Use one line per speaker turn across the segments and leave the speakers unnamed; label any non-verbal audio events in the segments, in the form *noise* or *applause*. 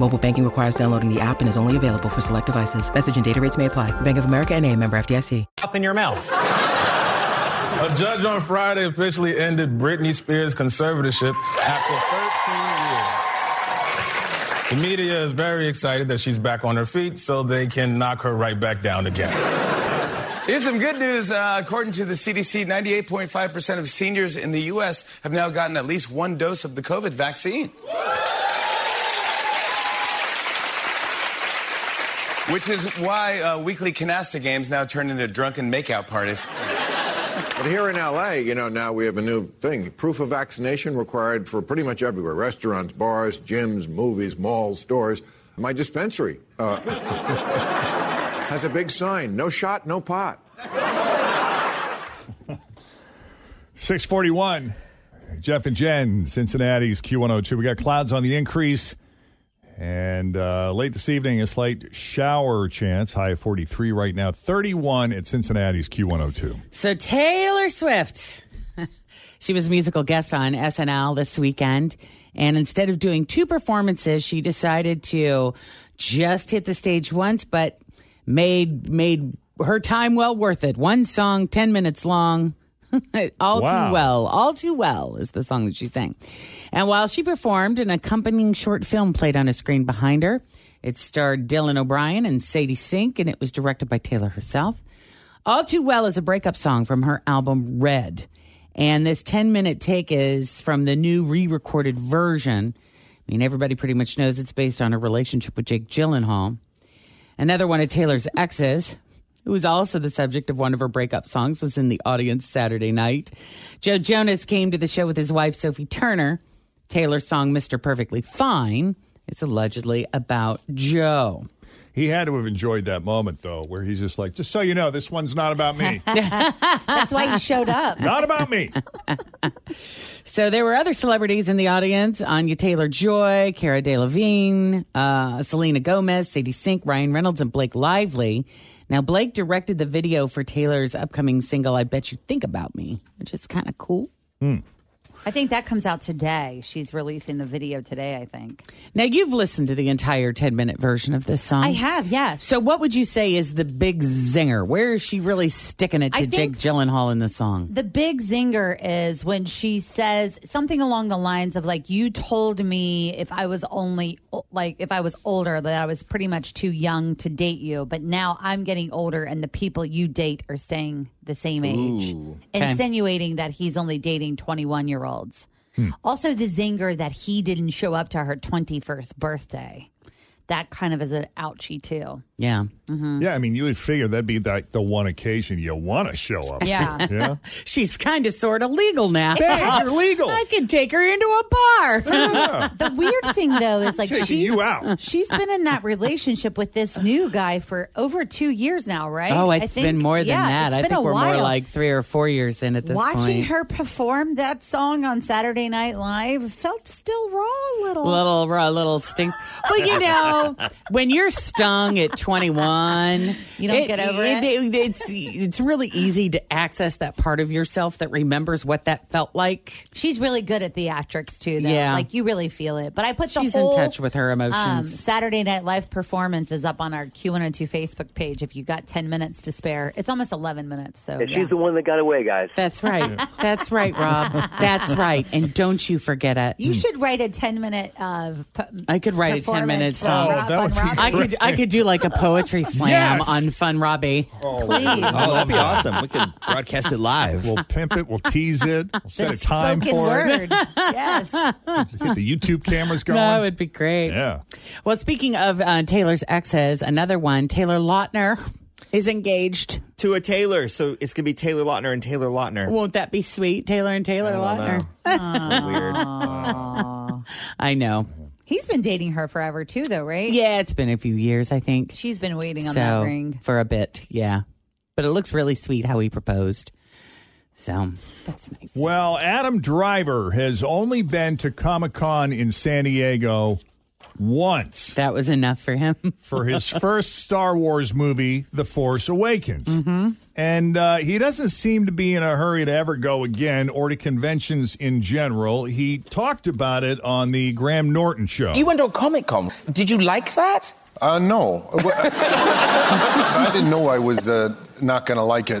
Mobile banking requires downloading the app and is only available for select devices. Message and data rates may apply. Bank of America and a member FDIC.
up in your mouth.
A judge on Friday officially ended Britney Spears' conservatorship after 13 years. The media is very excited that she's back on her feet so they can knock her right back down again.
Here's some good news. Uh, according to the CDC, 98.5% of seniors in the U.S. have now gotten at least one dose of the COVID vaccine. Which is why uh, weekly canasta games now turn into drunken makeout parties.
But here in LA, you know, now we have a new thing proof of vaccination required for pretty much everywhere restaurants, bars, gyms, movies, malls, stores. My dispensary uh, *laughs* has a big sign no shot, no pot.
641. Jeff and Jen, Cincinnati's Q102. We got clouds on the increase. And uh, late this evening, a slight shower chance, high of 43 right now, 31 at Cincinnati's Q102.
So Taylor Swift, *laughs* she was a musical guest on SNL this weekend, and instead of doing two performances, she decided to just hit the stage once, but made made her time well worth it. One song, ten minutes long. *laughs* all
Wow.
too well, all too well is the song that she sang. And while she performed, an accompanying short film played on a screen behind her. It starred Dylan O'Brien and Sadie Sink, and it was directed by Taylor herself. All Too Well is a breakup song from her album Red. And this 10 minute take is from the new re recorded version. I mean, everybody pretty much knows it's based on her relationship with Jake Gyllenhaal. Another one of Taylor's exes, who was also the subject of one of her breakup songs, was in the audience Saturday night. Joe Jonas came to the show with his wife, Sophie Turner. Taylor's song, Mr. Perfectly Fine, is allegedly about Joe.
He had to have enjoyed that moment, though, where he's just like, just so you know, this one's not about me.
*laughs* That's why he showed up.
not about me.
So there were other celebrities in the audience: Anya Taylor Joy, Cara Delevingne, uh, Selena Gomez, Sadie Sink, Ryan Reynolds, and Blake Lively. Now Blake directed the video for Taylor's upcoming single "I Bet You Think About Me," which is kind of cool.
I think that comes out today. She's releasing the video today, I think.
Now you've listened to the entire ten-minute version of this song.
I have, yes.
So what would you say is the big zinger? Where is she really sticking it to
I
Jake
think-
Gyllenhaal in the song?
The big zinger is when she says something along the lines of like you told me if I was only like if I was older that I was pretty much too young to date you, but now I'm getting older and the people you date are staying the same age. Insinuating that he's only dating 21-year-olds. Also the zinger that he didn't show up to her 21st birthday. That kind of is an ouchie too.
Yeah.
Mm-hmm.
Yeah, I mean, you would figure that'd be like the one occasion you want to show up.
Yeah. *laughs*
Yeah.
She's kind of sort of legal now.
Hey, you're legal.
I can take her into a bar.
The weird thing though is like
Taking
she's
you out.
She's been in that relationship with this new guy for over two years now, right?
Oh,
it's
it's been more than that. I think we're more like three or four years in at this
watching
point.
her perform that song on Saturday Night Live felt still raw a little.
little raw, little stings. Well, you know, when you're stung at 21,
You don't get over it?
It's it's really easy to access that part of yourself that remembers what that felt like.
She's really good at theatrics too, though.
Yeah.
like you really feel it. But I put the
She's in
whole,
touch with her emotions.
Um, Saturday Night Live performance is up on our Q102 Facebook page. If you got ten minutes to spare, it's almost eleven minutes. So
And
yeah.
she's the one that got away, guys.
That's right. That's right, Rob. That's right. And don't you forget it.
you should write a ten minute. Uh, p-
I could write a 10 minute
performance
song
Oh,
Rob-
that
Fun
would be
Rob.
I could I could do like a poetry slam
Yes.
on Fun Robbie.
Please.
Oh, that'd be awesome. We could broadcast it live.
We'll pimp it. We'll tease it. We'll set a time
Spoken
for
word. yes.
it. *laughs* Get the YouTube cameras going.
That would be great.
yeah.
Well, speaking of uh, Taylor's exes, another one, Taylor Lautner is engaged.
to a Taylor, so it's gonna be Taylor Lautner and Taylor Lautner.
Won't that be sweet? Taylor and Taylor Lautner.
Weird.
*laughs* I know.
He's been dating her forever too, though, right?
Yeah, it's been a few years, I think.
She's been waiting
so,
on that ring.
For a bit, yeah. But it looks really sweet how he proposed. So that's nice.
Well, Adam Driver has only been to Comic Con in San Diego once.
That was enough for him. *laughs*
for his first Star Wars movie, The Force Awakens. And uh, he doesn't seem to be in a hurry to ever go again or to conventions in general. He talked about it on the Graham Norton show.
went on Comic Con. Did you like that?
Uh, no. *laughs* I didn't know I was uh, not going to like it.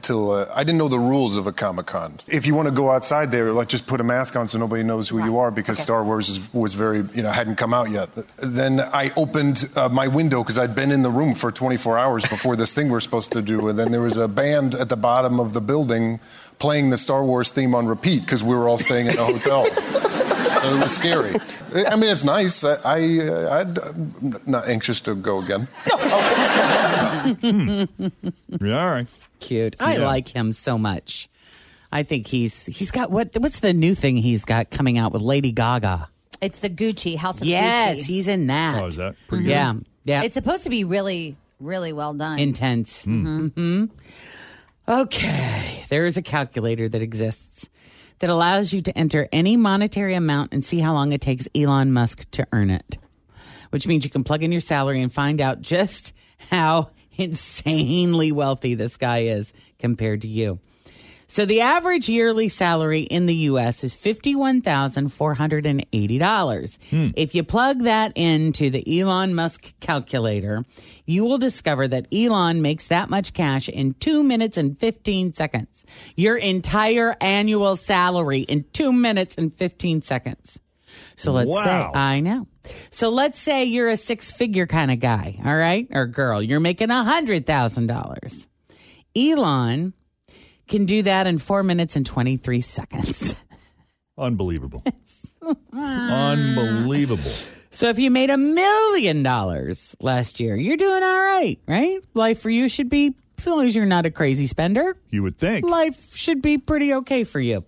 Till uh, I didn't know the rules of a Comic Con. If you want to go outside there, like just put a mask on so nobody knows who you are because Star Wars is, was very, you know, hadn't come out yet. Then I opened uh, my window because I'd been in the room for 24 hours before this thing we're supposed to do. And then there was a band at the bottom of the building playing the Star Wars theme on repeat because we were all staying in a hotel. So it was scary. I mean, it's nice. I, I, uh, I'd, I'm not anxious to go again.
Yeah, all right.
Cute. I
Yeah.
like him so much. I think he's he's got what what's the new thing he's got coming out with Lady Gaga?
It's the Gucci House of
Yes,
Gucci.
he's in that.
Oh, is that pretty good?
Yeah. Yeah.
It's supposed to be really, really well done.
intense. Mm-hmm. Okay, there is a calculator that exists that allows you to enter any monetary amount and see how long it takes Elon Musk to earn it, which means you can plug in your salary and find out just how insanely wealthy this guy is compared to you. So the average yearly salary in the US is $51,480. If you plug that into the Elon Musk calculator, you will discover that Elon makes that much cash in 2 minutes and 15 seconds. Your entire annual salary in 2 minutes and 15 seconds. So let's
Wow.
say I know. So let's say you're a six-figure kind of guy, all right? Or girl, you're making $100,000. Elon can do that in four minutes and 23 seconds.
Unbelievable. Unbelievable.
So if you made a million dollars last year, you're doing all right, right? Life for you should be, as long as you're not a crazy spender,
You would think.
life should be pretty okay for you.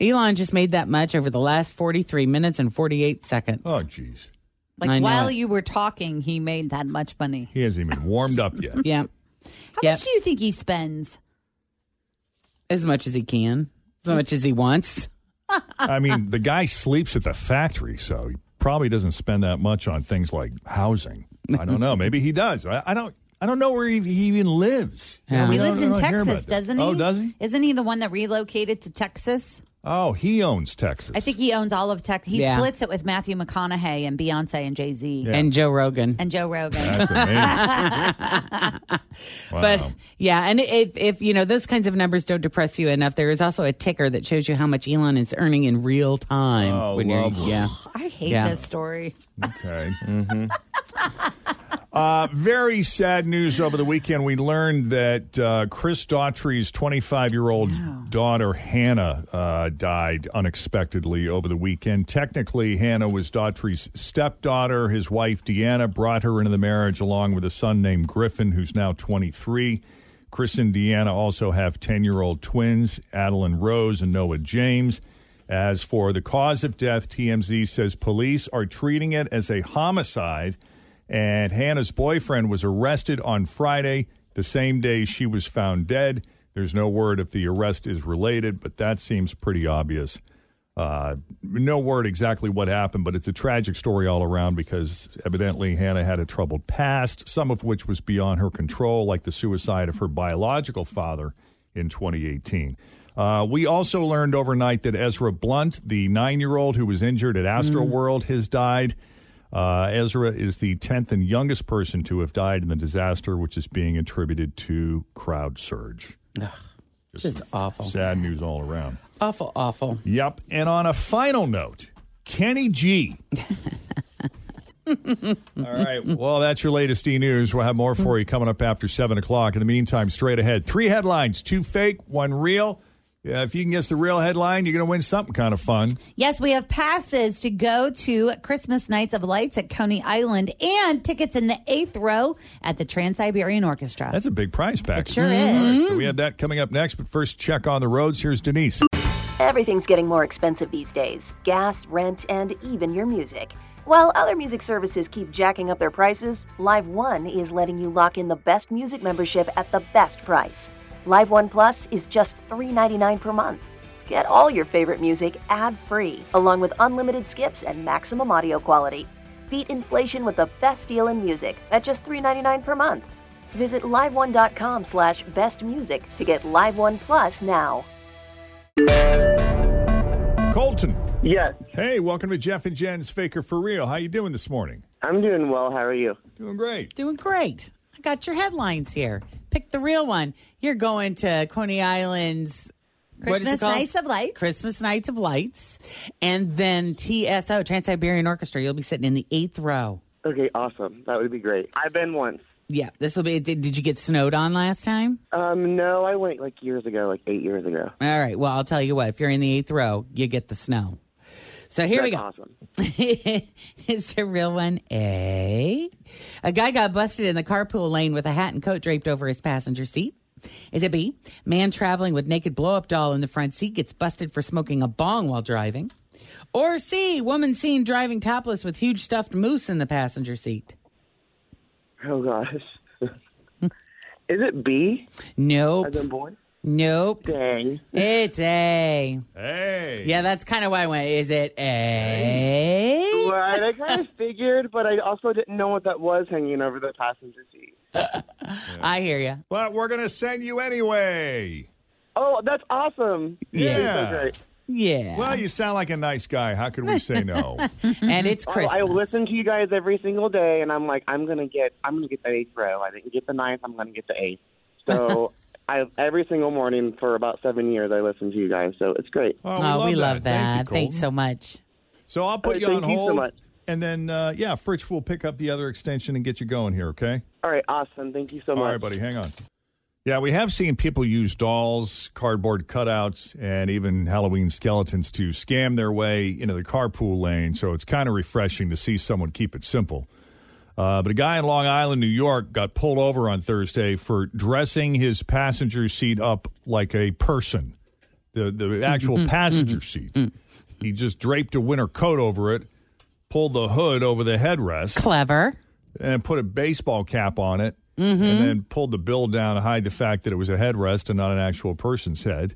Elon just made that much over the last 43 minutes and 48 seconds.
Oh, jeez.
I
like
know
while
it.
you were talking, he made that much money.
He hasn't even warmed up yet.
Yeah,
How
Yep.
much do you think he spends?
as much as he can, as much as he wants.
I mean, the guy sleeps at the factory, so he probably doesn't spend that much on things like housing. I don't know. Maybe he does. I, I don't. I don't know where he, he even lives.
Yeah.
We
He
don't-
lives
we
in
don't hear
Texas,
about that.
doesn't he?
Oh, does he?
Isn't he the one that relocated to Texas?
Oh, he owns Texas.
I think he owns all of Texas. He
Yeah.
splits it with Matthew McConaughey and Beyonce and Jay Z
Yeah.
And Joe Rogan.
and Joe Rogan.
That's amazing. wow.
*laughs*
But yeah, and if if you know those kinds of numbers don't depress you enough, there is also a ticker that shows you how much Elon is earning in real time.
Oh,
you're-
lovely.
yeah,
I hate
Yeah.
this story.
okay. uh, very sad news over the weekend. We learned that uh, Chris Daughtry's 25 year old daughter, Hannah, uh, died unexpectedly over the weekend. Technically, Hannah was Daughtry's stepdaughter. His wife, Deanna, brought her into the marriage along with a son named Griffin, who's now 23. Chris and Deanna also have 10 year old twins, Adeline Rose and Noah James. As for the cause of death, TMZ says police are treating it as a homicide And Hannah's boyfriend was arrested on Friday, the same day she was found dead. There's no word if the arrest is related, but that seems pretty obvious. Uh, no word exactly what happened, but it's a tragic story all around because evidently Hannah had a troubled past, some of which was beyond her control, like the suicide of her biological father in 2018. Uh, we also learned overnight that Ezra Blunt, the nine year old who was injured at Astroworld, has died. Uh, Ezra is the 10th and youngest person to have died in the disaster, which is being attributed to crowd surge.
Just awful.
Sad news all around.
Awful, awful.
Yep. And on a final note, Kenny G. *laughs* All right. Well, that's your latest e news. We'll have more for you coming up after 7 o'clock. In the meantime, straight ahead three headlines two fake, one real. Yeah, if you can guess the real headline, you're going to win something kind of fun.
Yes, we have passes to go to Christmas Nights of Lights at Coney Island and tickets in the eighth row at the Trans Siberian Orchestra.
That's a big prize package.
sure is.
All right, so we have that coming up next, but first, check on the roads. Here's Denise.
Everything's getting more expensive these days gas, rent, and even your music. While other music services keep jacking up their prices, Live One is letting you lock in the best music membership at the best price. Live One Plus is just $3.99 per month. Get all your favorite music ad free, along with unlimited skips and maximum audio quality. Beat inflation with the best deal in music at just $3.99 per month. Visit liveone.com slash best music to get Live One Plus now.
Colton. Yes. Hey, welcome to Jeff and Jen's Faker for Real. How you doing this morning?
I'm doing well. How are you?
Doing great.
Doing great. I got your headlines here. Pick the real one. You're going to Coney Island's what is it
Christmas
called?
Nights of Lights.
Christmas Nights of Lights, and then TSO Trans Siberian Orchestra. You'll be sitting in the eighth row.
Okay, awesome. That would be great. I've been once.
Yeah, this will be. Did, did you get snowed on last time?
Um, no, I went like years ago, like eight years ago.
All right. Well, I'll tell you what. If you're in the eighth row, you get the snow. So here we go.
That's awesome.
*laughs* is the real one A? A guy got busted in the carpool lane with a hat and coat draped over his passenger seat. Is it B? Man traveling with naked blow up doll in the front seat gets busted for smoking a bong while driving. Or C? Woman seen driving topless with huge stuffed moose in the passenger seat.
Oh gosh. *laughs* Is it B?
Nope.
As in boy?
Nope.
Dang.
It's A.
Hey.
Yeah, that's kind of why I went. Is it A?
Right. I kind of *laughs* figured, but I also didn't know what that was hanging over the passenger seat.
*laughs* I hear you.
But we're going to send you anyway.
Oh, that's awesome. That is
Yeah.
So great.
Yeah.
Well, you sound like a nice guy. How could we say no?
and it's
Oh,
Christmas.
I listen to you guys every single day, and I'm like, I'm gonna get, I'm gonna get the eighth row. I didn't get the ninth. I'm gonna get the eighth.
*laughs*
So, I every single morning for about seven years, I listen to you guys. So it's great.
Oh,
Oh, we love that.
Thank you,
Thanks so
Colton.
much.
So I'll put
Oh,
you
thank
on
you so
hold.
much.
And then, uh, yeah, Fritz will pick up the other extension and get you going here, okay?
All right, awesome. Thank you so
All
much.
right, buddy, hang on. Yeah, we have seen people use dolls, cardboard cutouts, and even Halloween skeletons to scam their way into the carpool lane. So it's kind of refreshing to see someone keep it simple. Uh, but a guy in Long Island, New York, got pulled over on Thursday for dressing his passenger seat up like a person, the the actual passenger seat. He just draped a winter coat over it, pulled the hood over the headrest
Clever.
and put a baseball cap on it and then pulled the bill down to hide the fact that it was a headrest and not an actual person's head.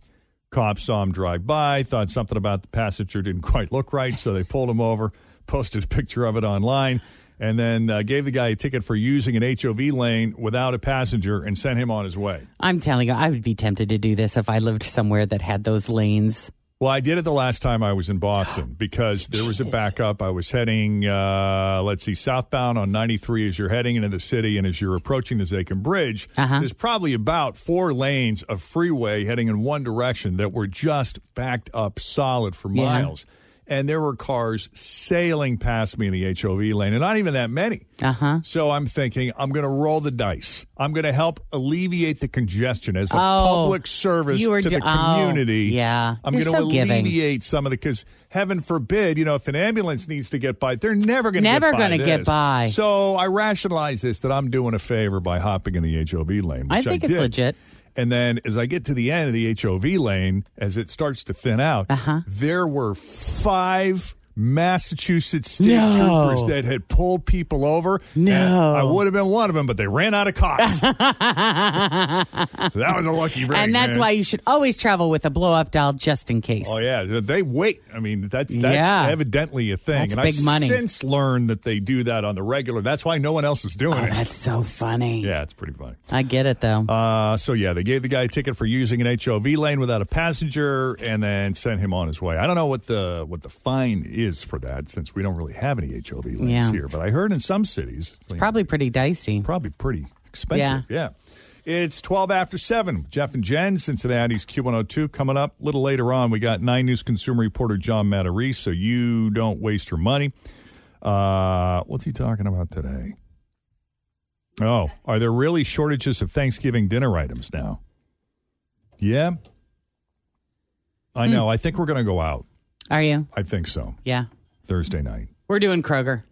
Cops saw him drive by, thought something about the passenger didn't quite look right, so they pulled him over, posted a picture of it online, and then uh, gave the guy a ticket for using an HOV lane without a passenger and sent him on his way.
I'm telling you, I would be tempted to do this if I lived somewhere that had those lanes.
Well, I did it the last time I was in
*gasps*
Boston because there was a backup. I was heading, uh, let's see, southbound on 93 as you're heading into the city and as you're approaching the Zakin Bridge.
Uh-huh.
There's probably about four lanes of freeway heading in one direction that were just backed up solid for
Yeah.
miles. And there were cars sailing past me in the HOV lane, and not even that many.
Uh huh.
So I'm thinking I'm going to roll the dice. I'm going to help alleviate the congestion as a
Oh,
public service
you were
to
do-
the
oh,
community.
yeah.
I'm
You're
going to
so giving.
alleviate some of the because heaven forbid, you know, if an ambulance needs to get by, they're never going to
Never
get by
gonna get
this.
by.
So I rationalize this that I'm doing a favor by hopping in the HOV lane.
I
which
think it's
did.
legit. *laughs*
And then as I get to the
Uh-huh.
end of the HOV lane, as it starts to thin out, there were five Massachusetts state
No.
troopers that had pulled people over.
No.
And I would have been one of them, but they ran out of
*laughs*
cops. that was a lucky break.
and that's
man.
why you should always travel with a blow up doll just in case.
Oh yeah, they wait. I mean, that's that's
Yeah.
evidently a thing.
That's
and
big
I've
money.
since learned that they do that on the regular. That's why no one else is doing
Oh,
it.
that's so funny.
Yeah, it's pretty funny.
I get it though.
Uh, so yeah, they gave the guy a ticket for using an HOV lane without a passenger, and then sent him on his way. I don't know what the what the fine is for that, since we don't really have any HOV lanes
Yeah.
here. But I heard in some cities, it's
probably pretty dicey.
Probably pretty expensive. Yeah. It's 12 after 7. Jeff and Jen, Cincinnati's Q102. Coming up a little later on, we got 9 News consumer reporter John Matarese, so you don't waste your money. Uh, what's he talking about today? Oh, are there really shortages of Thanksgiving dinner items now? Yeah. I
Hmm.
know. I think we're going to go out.
Are you?
I think so.
Yeah.
Thursday night.
We're doing Kroger.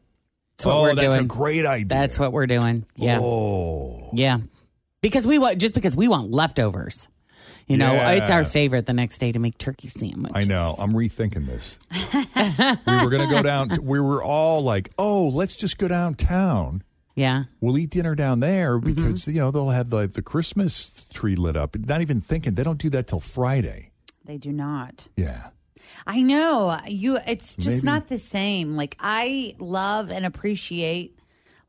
That's what
Oh,
we're
that's a
doing.
great idea.
That's what we're doing. Yeah.
Oh.
Yeah. Because we want just because we want leftovers. You know,
Yeah.
it's our favorite the next day to make turkey sandwich.
I know. I'm rethinking this. we were going to go down. we were all like, oh, let's just go downtown.
Yeah.
We'll eat dinner down there
Mm-hmm.
because, you know, they'll have the, the Christmas tree lit up. Not even thinking. They don't do that till Friday.
They do not.
Yeah.
I know. Oh, uh, You it's just
Maybe.
not the same. Like I love and appreciate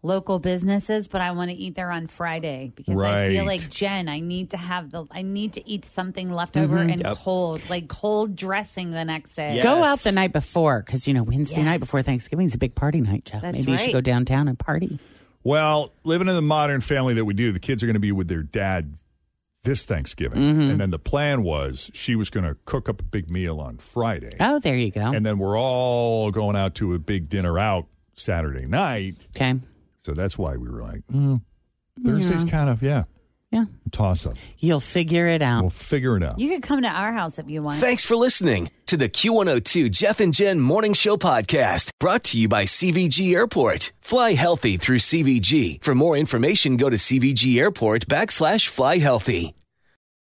local businesses, but I want to eat there on Friday because I feel
Right.
like Jen, I need to have the I need to eat something left over
Mhm.
and
Yep.
cold, like cold dressing the next day.
Go out the night before because you know Wednesday night before Thanksgiving is a big party night, Jeff.
That's
Maybe you should
right.
go downtown and party.
Well, living in the modern family that we do, the kids are going to be with their dad this Thanksgiving.
Mm-hmm.
Mhm.
And then the plan was she was going to cook up a big meal on Friday.
Oh, there you go.
And then we're all going out to a big dinner out Saturday night.
Okay.
So that's why we were like, mm, Thursday's kind of, yeah.
Yeah.
Toss up.
You'll figure it out.
We'll figure it out.
You could come to our house if you want.
Thanks for listening to the Q102 Jeff and Jen Morning Show podcast brought to you by CVG Airport. Fly healthy through CVG. For more information, go to CVG Airport backslash fly healthy.